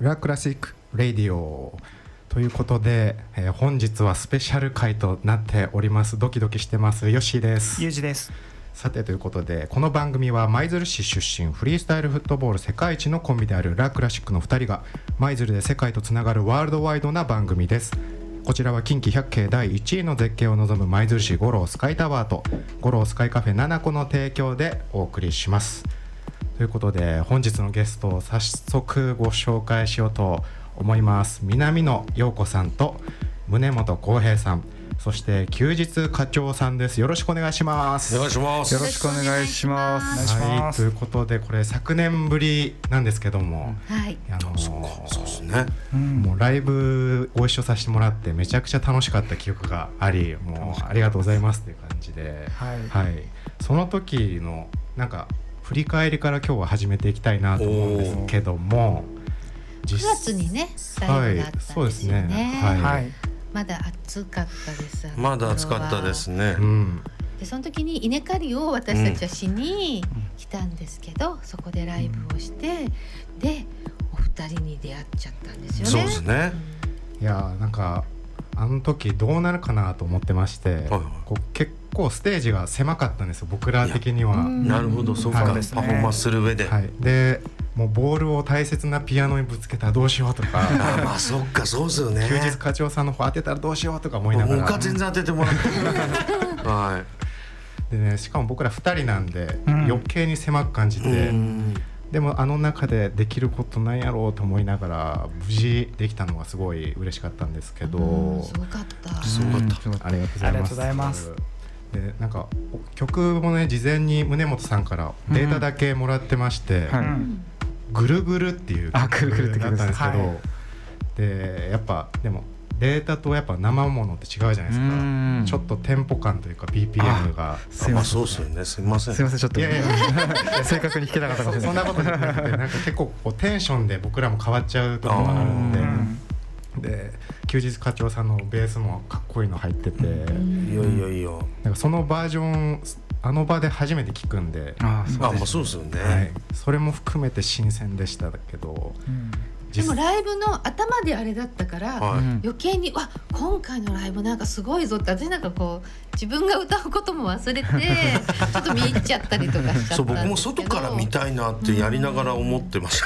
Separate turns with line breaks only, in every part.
ラクラシック・レディオということで、えー本日はスペシャル回となっておりますドキドキしてますヨッシーです
ゆうじです。
さてということでこの番組は舞鶴市出身フリースタイルフットボール世界一のコンビであるラ・クラシックの2人が舞鶴で世界とつながるワールドワイドな番組ですこちらは近畿百景第1位の絶景を望む舞鶴市五郎スカイタワーと五郎スカイカフェ7個の提供でお送りしますということで本日のゲストを早速ご紹介しようと思います南野陽子さんと宗本浩平さんそして休日課長さんですよろしくお願いします
お願いします
よろしくお願いします
お願いしま
は
す
い、ということでこれ昨年ぶりなんですけども、
はい。
あの
そうですね
もうライブご一緒させてもらってめちゃくちゃ楽しかった記憶がありもうありがとうございますっていう感じで、
はい
はい、その時のなんか振り返りから今日は始めていきたいなと思うんですけども
9月にね、ライブがあったんですよ
はいそうですね
ね。
はい
はい。
まだ暑かったです。あの
まだ暑かったです
頃
ね
うん、
は。で、その時に稲刈りを私たちはしに来たんですけど、そこでライブをして、で、お二人に出会っちゃったんですよね。
そうですね
いやーなんかあの時どうなるかなと思ってまして、
はい
こう結構ステージが狭かったんですよ僕ら的には。
うん
なるほどそうか
そ
パ
う
フ
ですね
ォーマンスする上で
はい、でもうボールを大切なピアノにぶつけたらどうしようと
あ
か
まあそっかそうですよね
休日課長さんの方当てたらどうしようとか思いながら
他全然当ててもらっては
で、ね、しかも僕ら2人なんで、
うん
余計に狭く感じ
い
て
うん
でもあの中でできることなんやろうと思いながら無事できたのがすごい嬉しかったんですけど、
うんすごかった。
すごかった
た
ありがとうございます
ありがとうございます
でなんか曲もね事前に宗本さんからデータだけもらってまして、
う
はい
ん。
ぐるぐるっていう
あぐるぐるって
だ
曲
った
です
んですけど、
は
でやっぱでもデータとやっぱ生ものって違うじゃないです
う
か
ん
ちょっとテンポ感というか BPM が
す
あ
い
ま
ま
あそ
せん
うですよねすいません
すいませんちょっと
いやい
正確に弾けなかったかもしれ
そん
な
ないことじゃなくてなんか結構こうテンションで僕らも変わっちゃうところがあるんで
う。
うん
で休日課長さんのベースもかっこいいの入ってて
いやいやいや
なんかそのバージョンあの場で初めて聞くんで、
ああ
あまあそうですよ
は
ね
い、それも含めて新鮮でしたけど
うん
で
実
も
際
ライブの頭であれだったから。
はい
余計にわ今回のライブなんかすごいぞって私なんかこう自分が歌うことも忘れてちょっと見入っちゃったりとかしちゃったんですけど
そう僕も外から見たいなってやりながら思ってまし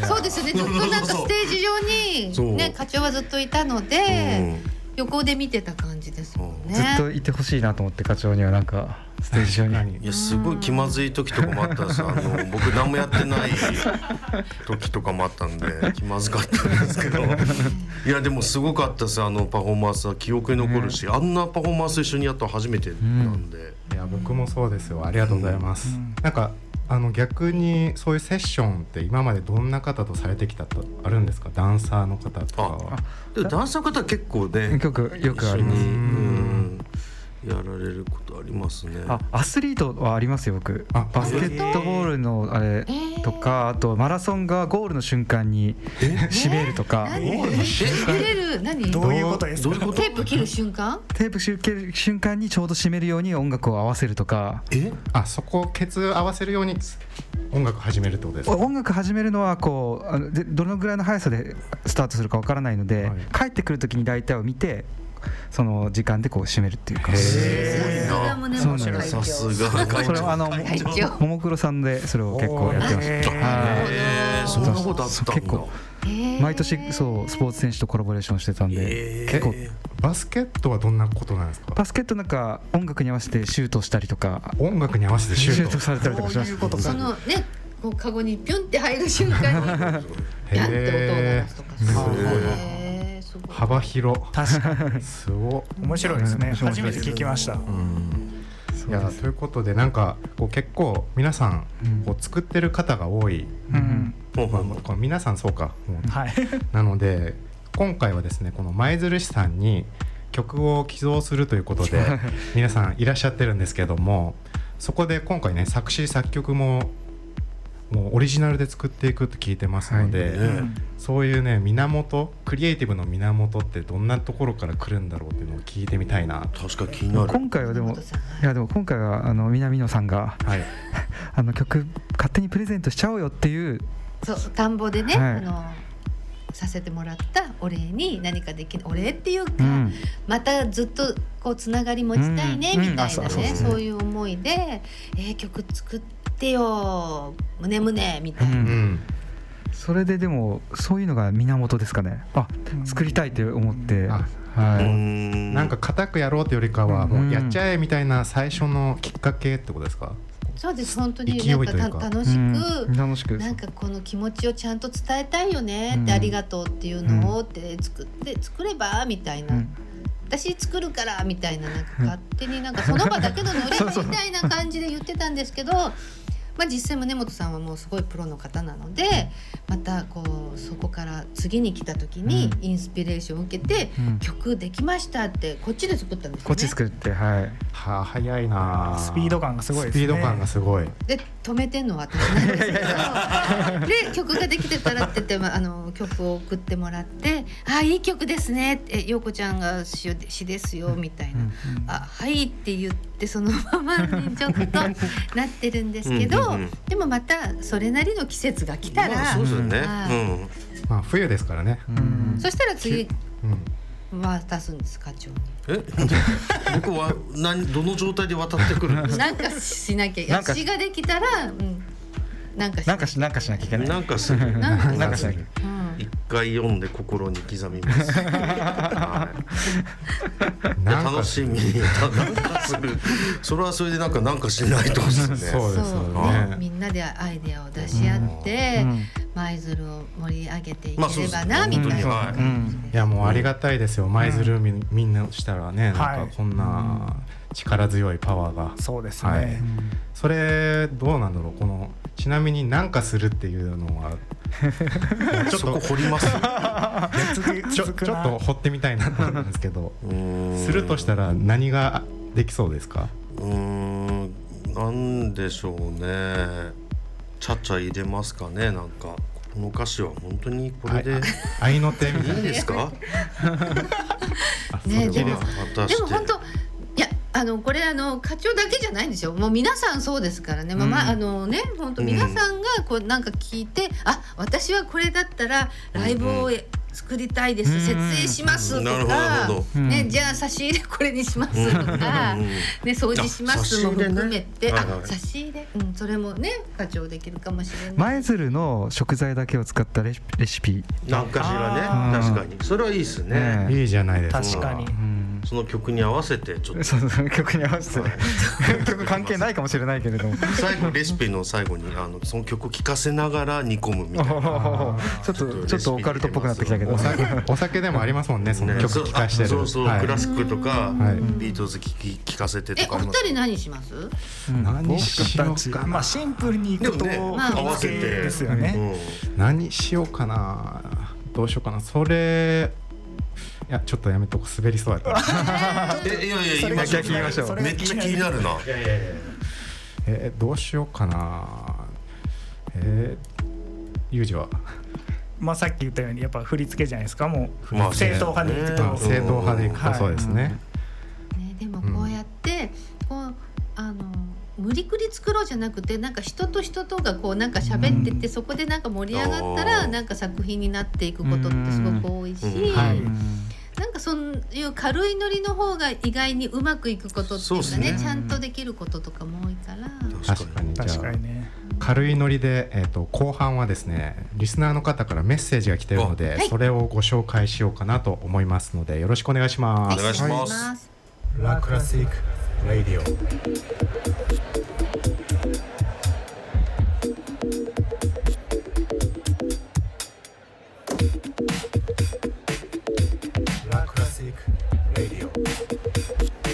た
そうですよねずっとなんかステージ
そ
上
う
に、ね、課長はずっといたので、横で見てた感じですもんね
ずっといてほしいなと思って課長にはなんかステージ上に
何
いやすごい気まずい時とかもあったんですよあの僕何もやってない時とかもあった んで気まずかったんですけどいやでもすごかったですあのパフォーマンスは記憶に残るし、あんなパフォーマンス一緒にやったの初めてなんで、
いや僕もそうですよありがとうございます、なんかあの逆にそういうセッションって今までどんな方とされてきたとあるんですかダンサーの方とか
でもダンサーの方は結構ね
よくよくありま
一
す
緒にうんやられることありますね
あアスリートはありますよ僕
あ
バスケットボールのあれ
ー
とかあとマラソンがゴールの瞬間に締めるとか
何切れる何
どういうことです
どう
か
いう。こと
テープ切る瞬間
テープ集計る瞬間にちょうど締めるように音楽を合わせるとか
え
あそこをケツ合わせるように音楽始めるってことですか
お音楽始めるのはこうあのでどのぐらいの速さでスタートするかわからないので、
はい
帰ってくる時に大体を見てその時間でこう締めるっていうか
へ
さすが胸
そうなん
の
です
会
さ
長
すが
それはあのも
会長
ももクロさんでそれを結構やってました
へー
は
えー、そんなことあったんだ
そう結構い毎年そうスポーツ選手とコラボレーションしてたんで、
えー
結構
バスケットはどんなことなんですか
バスケットなんか音楽に合わせてシュートしたりとか
音楽に合わせてシ
シ
ュ
ュート
ート
されたりとかしま
そういう
し
こと
そ
か。
のねこうカゴにピュンって入る瞬間にピャンって音を鳴らすとか
へー
すご
すごい
いへーすごい
幅広
確かに。
すご
面白いですね。
面白い
初めて聞きました。
いやということでなんかこう結構皆さんこう作ってる方が多い、
うん。
ほうほ
ま
う
あ
ほう
こう皆さんそうかもう
はい。
なので今回はですねこの舞鶴市さんに曲を寄贈するということ で皆さんいらっしゃってるんですけどもそこで今回ね作詞作曲ももうオリジナルで作っていくって聞いてますので、
はい
うん
ね
そういうね源クリエイティブの源ってどんなところから来るんだろうっていうのを聞いてみたいな
確かに気になる
今回はでも
山本さん
いやでも今回はあの南野さんが
はい
あの曲勝手にプレゼントしちゃおうよっていう
そう田んぼでね、
はい
あのさせてもらったお礼に何かできるお礼っていうか、
うん
またずっとこうつながり持ちたいね、
うん
みたいな
うんあ
ね、
そう
そ
そううそう
いう思いで「えー、曲作ってよ胸胸」みた
う
いな、
うんん
それででもそういうのが源ですかねあ
うん
作りたいって思って、
あ
は
うー
い、
ん
なんか固くやろうってよりかは
うん
もうやっちゃえみたいな最初のきっかけってことですか、
そうです本当に
勢い
な
と
ん
いうか
かた楽しく、
うん楽しく
なんかこの気持ちをちゃんと伝えたいよねって、
うん
ありがとうっていうのをって作って作ればみたいな、
うん
私作るからみたいななんか勝手になんかその場だけのノリみたいな感じで言ってたんですけど。まあ、実際宗本さんはもうすごいプロの方なのでまたこうそこから次に来た時に
うん
インスピレーションを受けて
うん
曲できましたってこっちで作ったんですよね。
こっち作ってはい
はあ早いなあ
スピード感がすごいですね
スピード感がすごい
で止めてんのは私なんですけどで曲ができてたらって言って、まあ、あの曲を送ってもらって「あいい曲ですね」って「陽子ちゃんが詩で詩ですよ」みたいな「
うん
あはい」って言ってそのままにちょっとなってるんですけど
うんうんうん
でもまたそれなりの季節が来たら、
まあそうですよね
は
まあ冬ですからね、
うん
そしたら次
うん、
渡すんです課長に。
うんえ 僕は何どの状態で渡ってくるんですか
なんかしなきゃい
な
や
んか
詩ができたら、うん、なんかし
なんかしなんかしなきゃいけない
なんかする
なんかする
なんかしなきゃい
うん
一回読んで心に刻みます、はい
なんか
楽しみなんかするそれはそれでなんかなんかしないとです
そ
ね
うですよ
そう
ね
みんなでアイデアを出し合って舞鶴を盛り上げていけ
まあそうで
れ
す
ば
ね
なみたい
本
な
当
にはい
感じで
いやもうありがたいですよ舞鶴みみんなしたらね
はい
なんかこんな力強いパワーが
そうですね、
はいそれどうなんだろうこのちなみになんかするっていうの はちょっ
そこと掘ります
続く
ちょちょっ
続くな
と掘ってみたいなと思うんですけどす
す
るとしたら何ができそうですか
うーんなんでしょうねちゃちゃ入れますかねなんかこの歌詞は本当にこれでい
ああ愛の手みた
いん
い
ですか
なあそれは
ねでもでも本当いやあのこれあの課長だけじゃないんですよもう皆さんそうですからね、まあまああのね本当
うん
皆さんがこうなんか聞いて、あ私はこれだったらライブをえ作りたいです、
うん
設営しますと
なるほどなる
か
ほど、
うん
ね、じゃあ差し入れこれにしますと か。
うん
ね、掃除しますも含めて、
あ差し入れね
あ、
はいはい
差し入れ、うん、それもね、課長できるかもしれない。
舞鶴の食材だけを使ったレシピレシピ、
なんかしら
あ
ね
ー
確かにそれはいいですね
ね
いいじゃないですか
確かに
うん、
その曲に合わせてちょっと
そう そう曲に合わせてね曲 関係ないかもしれないけれども
最後レシピの最後にあのその曲聴かせながら煮込むみ
お
たいな。
ーちょっとちょっとオカルトっぽくなってきたけど
お酒お酒でもありますもんねその曲
そう
聴かして
あ
る
そうそう、
はい
クラシックとか、
はい
ビートルズ聴き聴かせて
え
と、か
お
あり
二
ます
人何 します。
何しよう
僕た
か
ちま
な
あシンプルにいくと、
でも
ね
振り
合わせ
付
て
けですよね、
何しようかなどうしようかなそれいやちょっとやめとこ滑りそうやった
えいやい
そ
や
れ
今
が
ちょっと
聞きましょう
それが
めっ
気
ちゃ気
に
に
な
な
る
るな。
えーどうしようかなえーユージは
まあさっき言ったようにやっぱ振り付けじゃないですかもう、
まあ
正統派でいくと、
ね
まあ正統派でいく
う
と
ん
そうですね、
ね、でも、こうやって、こう、あの。無理くり作ろうじゃなくてなんか人と人とがこうなんか喋ってて、そこでなんか盛り上がったら
うん
なんか作品になっていくことってすごく多いし、
うんうん
はい
なんかそういう軽いノリの方が意外にうまくいくことって
そ
いう
っ
う
す
か
ね
ねちゃんとできることとかも多いから。
確かに
確
じ
か
ゃあ
にね
軽いノリで、えー、と後半はですねリスナーの方からメッセージが来ているので、
はい
それをご紹介しようかなと思いますのでよろしくお願いします。
お願いします
はい
ラクラシックラディオラクラシックラディオ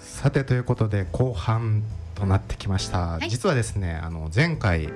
さてということで後半となってきました、
はい
実はですねあの前回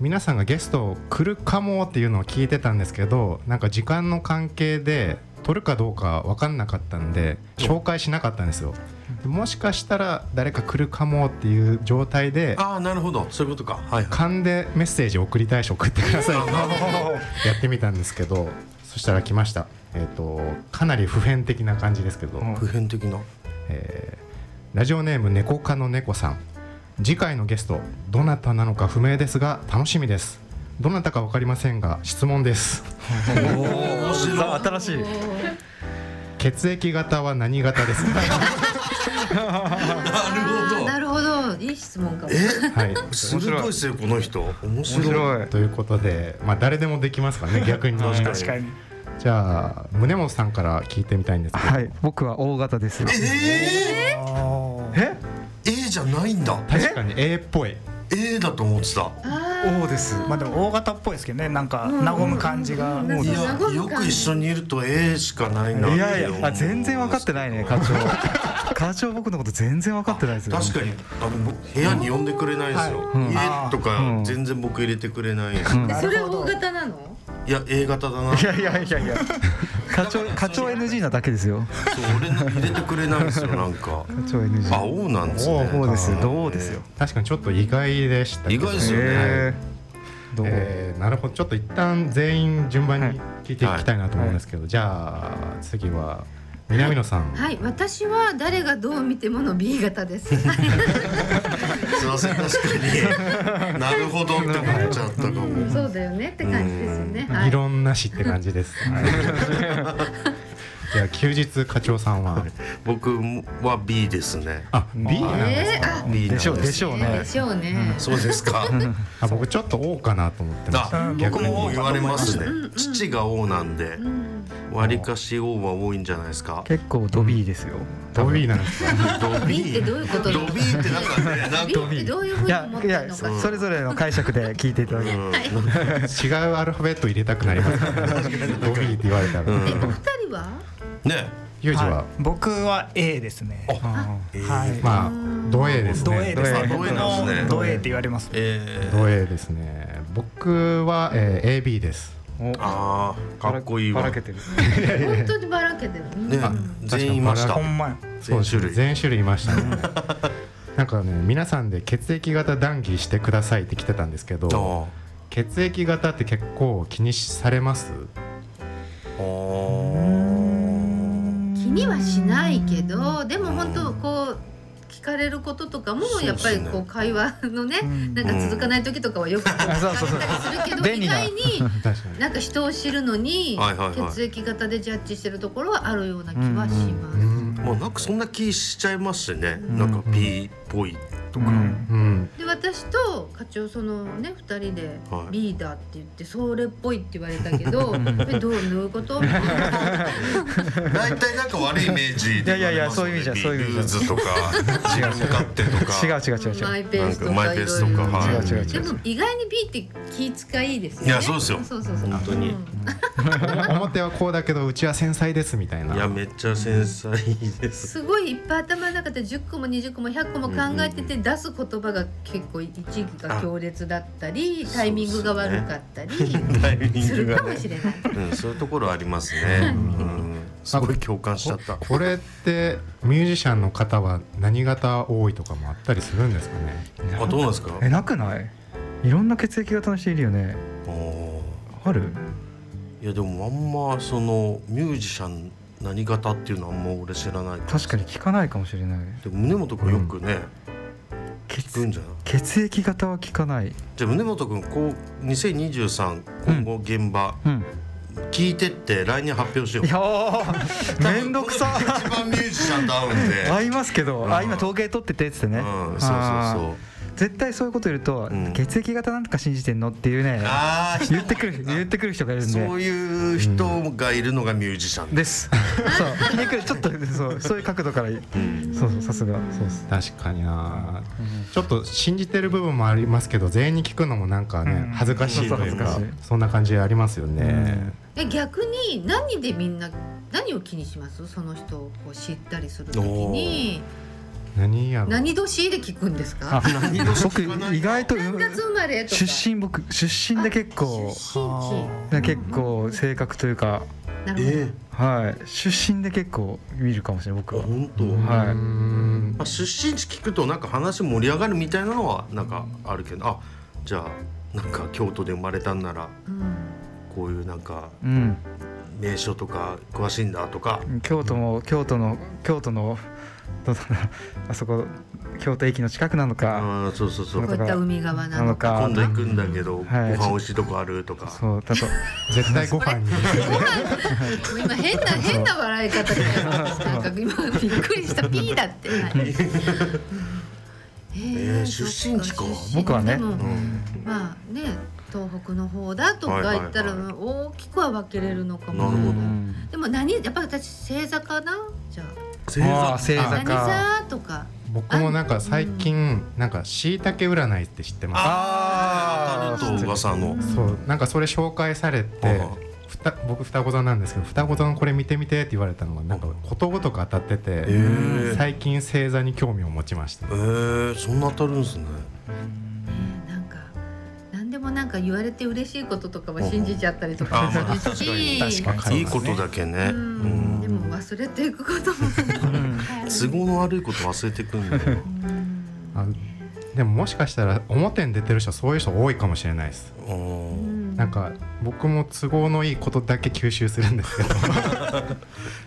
皆さんがゲスト来るかもっていうのを聞いてたんですけどなんか時間の関係で撮るかどうか分かんなかったんで紹介しなかったんですよでもしかしたら誰か来るかもっていう状態で
ああなるほどそういうことかはいはい
勘でメッセージ送りたい人送ってください ってやってみたんですけどそしたら来ましたえっ、とかなり普遍的な感じですけど、
うん
普遍的な
えーラジオネーム猫科の猫さん次回のゲストどなたなのか不明ですが楽しみですどなたか分かりませんが質問です
面白い
さあ新しい
血液型は何型ですか
あーな
なるほど
るほどいい質問かも
え
はい
鋭いですよこの人面白い
白い
ということでまあ誰でもできますからね逆に
確
確かに
じゃあ宗本さんから聞いてみたいんですけど、
はい僕は大型です
えー、
え
A じゃないんだ
確かに A っぽい
A だと思ってた
あー
O です
まあでも大型っぽいですけどねなんか和む感じが、
うん
いやよく一緒にいると A しかないない
やいやあ全然分かってないね課長課長僕のこと全然分かってないですよ
確かにあの僕部屋に呼んでくれないんですよ、家と
う
か
ん
全然僕入れてくれない、
でそれ大型なの
いや A 型だない
やいやいやいや 課長課長 NG なだけですよ
そう俺の入れてくれないんですよなんか
課長 NG
あ O なんですね
O ですよどうですよ
確かにちょっと意外でしたけど
意外ですよね
へえどう
えーなるほどちょっと一旦全員順番に聞いていきたいなと思うんですけど、じゃあ次は南野さん、
はい私は誰がどう見てもの B 型です
すいません確か になるほどって思っちゃったかも
うんそうだよねって感じですよね。
理論なしって感じ です。じゃあ休日課長さんは、
僕は B ですね
あ、B なんですね。
えー、あ、
B なん
でしょうでしょう
えー
ね
でしょうね。
そうです か
あ、僕ちょっと O かなと思ってました。
あ
うん
僕も言われますね
うんうん
父が O なんで
うん
割かし O は多いんじゃないですか
結構ドビーですよ
ド B なんですか。
ド
B ってどういうこと
ド B ってなんかねなんか
B ってどういうふう
い
に
や
思っ
い
てる
や
の
そ
かな。
それぞれの解釈で聞いていただけ
うん
違うアルファベット入れたくなりますからね。ド B って言われたら。
ん
え、お二人は？
ね
ユージは、
い、僕は A ですね
あ
はい、
まあド A です
ド A
ね。
です
ド
ね
A
僕
なんですね
のド A って言われます
えー
ド A ですね。僕は、えー AB です。
ー
あーかっこいい
ば
わ
らけてる
本当にばらけてる。
ね全員いまし
あ
た
ほんまや
そうで
全
す
種
ね
類
全種類いましたねなんかね皆さんで血液型談義してくださいって来てたんですけど
あ
血液型って結構気にされます
ーあ
気にはしないけど、でも本当こう。聞かれることとかも
そう
や
で
っ
す
ぱ
ね
りこう会話のね
うん
なんか続かない時とかはよく聞かれたりするけ
うん
ど
便
意
利な
外に
確かに
なんか人を知るのに
はいはいはい
血液型でジャッジしてるところはあるような気はします。
ーまあなんかそんな気しちゃいますしねなんか B っぽい
とか
うん
で私と課長そのね2人で
はい
リーダーって言ってそれっぽいって言われた けどえどうどういうことみたいな
大体なんか悪いイメージで言われますよね
いやいやいやそういう意味じゃそういう意味じ
ビー
ゃ
ルズとか自分勝手とか
違う違う違う
マ
違う
イペースとか
マイペースとか
いろいろ
はい
違う違う違う
でも意外に B って気遣いですよね
いやそうですよ
そうそうそう
本当に
うん
表はこうだけどうちは繊細ですみたいない
やめっちゃ繊細です
すごいいっぱい頭の中で10個も20個も100個も考えてて出す言葉が結構一義が強烈だったりタイミングが悪かったり
タイミン
す
グ
る
が
かも
ね
しれない。
うんそういうところありますねうんすごい共感しちゃった
これってミュージシャンの方は何型多いとかもあったりするんですかね
あどうなんですか
えなくないいろんな血液型の人いるよね
あー
ある
いやでもあんまそのミュージシャン何型っていうのはあんま俺知らないら
確かに聞かないかもしれない
でも宗本君よくね聞くん
血
じゃない
血液型は聞かない
じゃあ宗本君こう2023今後現場
うん
聞いてって来年発表しよう
いやーめんどく さ
多分この人一番ミュージシャンと合うん で
合いますけど、あ今統計取っててっつってね、
うん、そうそうそう
あー絶対そういうこと言うと、
うん
血液型なんとか信じてんのって いうね
ああ
言ってくる言ってくる人がいるんで
そういう人がいるのがミュージシャン
です そうひねくれちょっとそうそういう角度からいそうそうさすがそうっす
確かになちょっと信じてる部分もありますけど全員に聞くのもなんかね
うん
恥ずかしいというか
そうそう恥ずか
そんな感じありますよね
え逆に何でみんな何を気にしますその人をこう知ったりするときに
何やろ
何年で聞くんです
あ
か
僕意外と
何月生まれとか
出身僕出身で結構
出身
結構性格というか
地なるほど、
え
はい出身で結構見るかもしれない
え
僕は
本当、
う
ま
ー
はい
ん
あ、出身地聞くとなんか話盛り上がるみたいなのはなんかあるけどあじゃあなんか京都で生まれたんなら
うん
こういうなんか
うん
名所とか詳しいんだとか
京都も京都の京都のどうだろうあそこ京都駅の近くなのか
あーそうそうそう
だ
こ
か
う
ら
いった海側なのか
なのか
今度行くんだけど、
はい
ご飯美味しいとこあるとか
そうだと
絶対ご飯に
もう今変な変な笑い 方でなんか今びっくりしたピーだって、はい
えー出身地か
そっ出身
僕はね
でも
うん
まあね東北の方だとか言ったら
はいはい
大きくは分けれるのか
な
も
るほど
うん
でも何やっぱ私星座かなじゃ
星
あ
座
あ星
あ
座
何
か
座とか
僕もなんか最近なんかしいたけ占いって知ってま
あ
あー
タルト噂の
すそうなんかそれ紹介されて
あ
ふた僕双子座なんですけど双子座のこれ見てみてって言われたのがなんかことごとく当たってて
ー
最近星座に興味を持ちました
えー、そんな当たるんですね
ねなんか何でもなんか言われて嬉しいこととかは信じちゃったりとか
あーまあ
するし
確かに
いいことだけね、
う
うんん
でも忘れていくこと
う
も
ん
都合の悪いこと忘れてくんだよ
あでももしかしたら表に出てる人そういう人多いかもしれないです
う
うんん
なんか僕も都合のいいことだけ吸収するん ですけど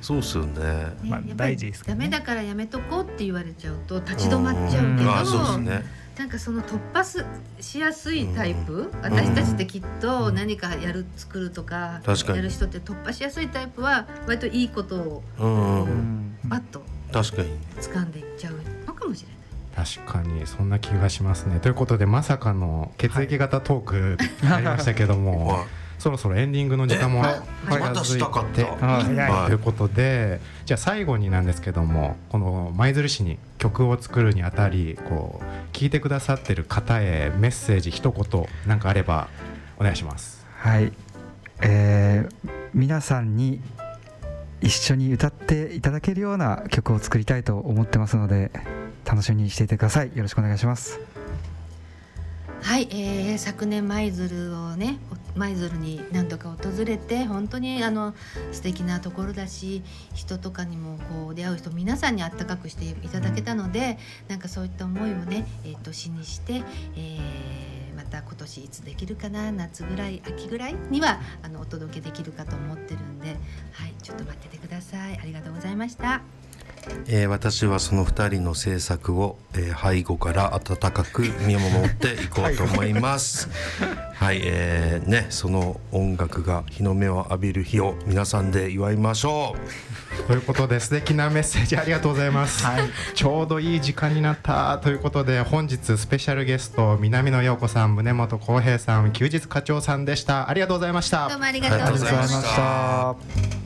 そうっすよね
ね
まあ
やっぱり
大事ですけ
ダ
ど
メ
ね
だからやめとこうって言われちゃうと立ち止まっちゃ
ん
うけ
ん
ど
あそうですね
なんかその突破すしやすいタイプ、私たちってきっと何かやる作るとか
確かに
やる人って突破しやすいタイプは割といいことを
うん、
うん
バッと
確かに
掴んでいっちゃうのかもしれない。
確かにそんな気がしますねということでまさかの血液型トークになりましたけども、
は
そろそろエンディングの時間も
え
近づいて
またしたかった
はい
早い
ということでじゃあ最後になんですけどもこの舞鶴市に曲を作るにあたりこう聞いてくださってる方へメッセージ一言なんかあればお願いします。
はい、えー皆さんに一緒に歌っていただけるような曲を作りたいと思ってますので楽しみにしていてくださいよろしくお願いします
はい、えー昨年舞鶴をね舞鶴に何度か訪れて本当にあの素敵なところだし人とかにもこう出会う人皆さんにあったかくしていただけたのでなんかそういった思いをね、えー、年にして、えーまた今年いつできるかな夏ぐらい秋ぐらいにはあのお届けできるかと思ってるんで、はい、ちょっと待っててくださいありがとうございました。
えー私はその2人の制作を、えー背後から温かく見守っていこうと思います。はい、えーねその音楽が日の目を浴びる日を皆さんで祝いましょ
ということで素敵なメッセージありがとうございます。ちょうどいい時間になったということで本日スペシャルゲスト南野陽子さん宗本浩平さん休日課長さんでしたありがとうございました。
どうもありがとうござい
あ
ま
りがとうございまし
し
たた。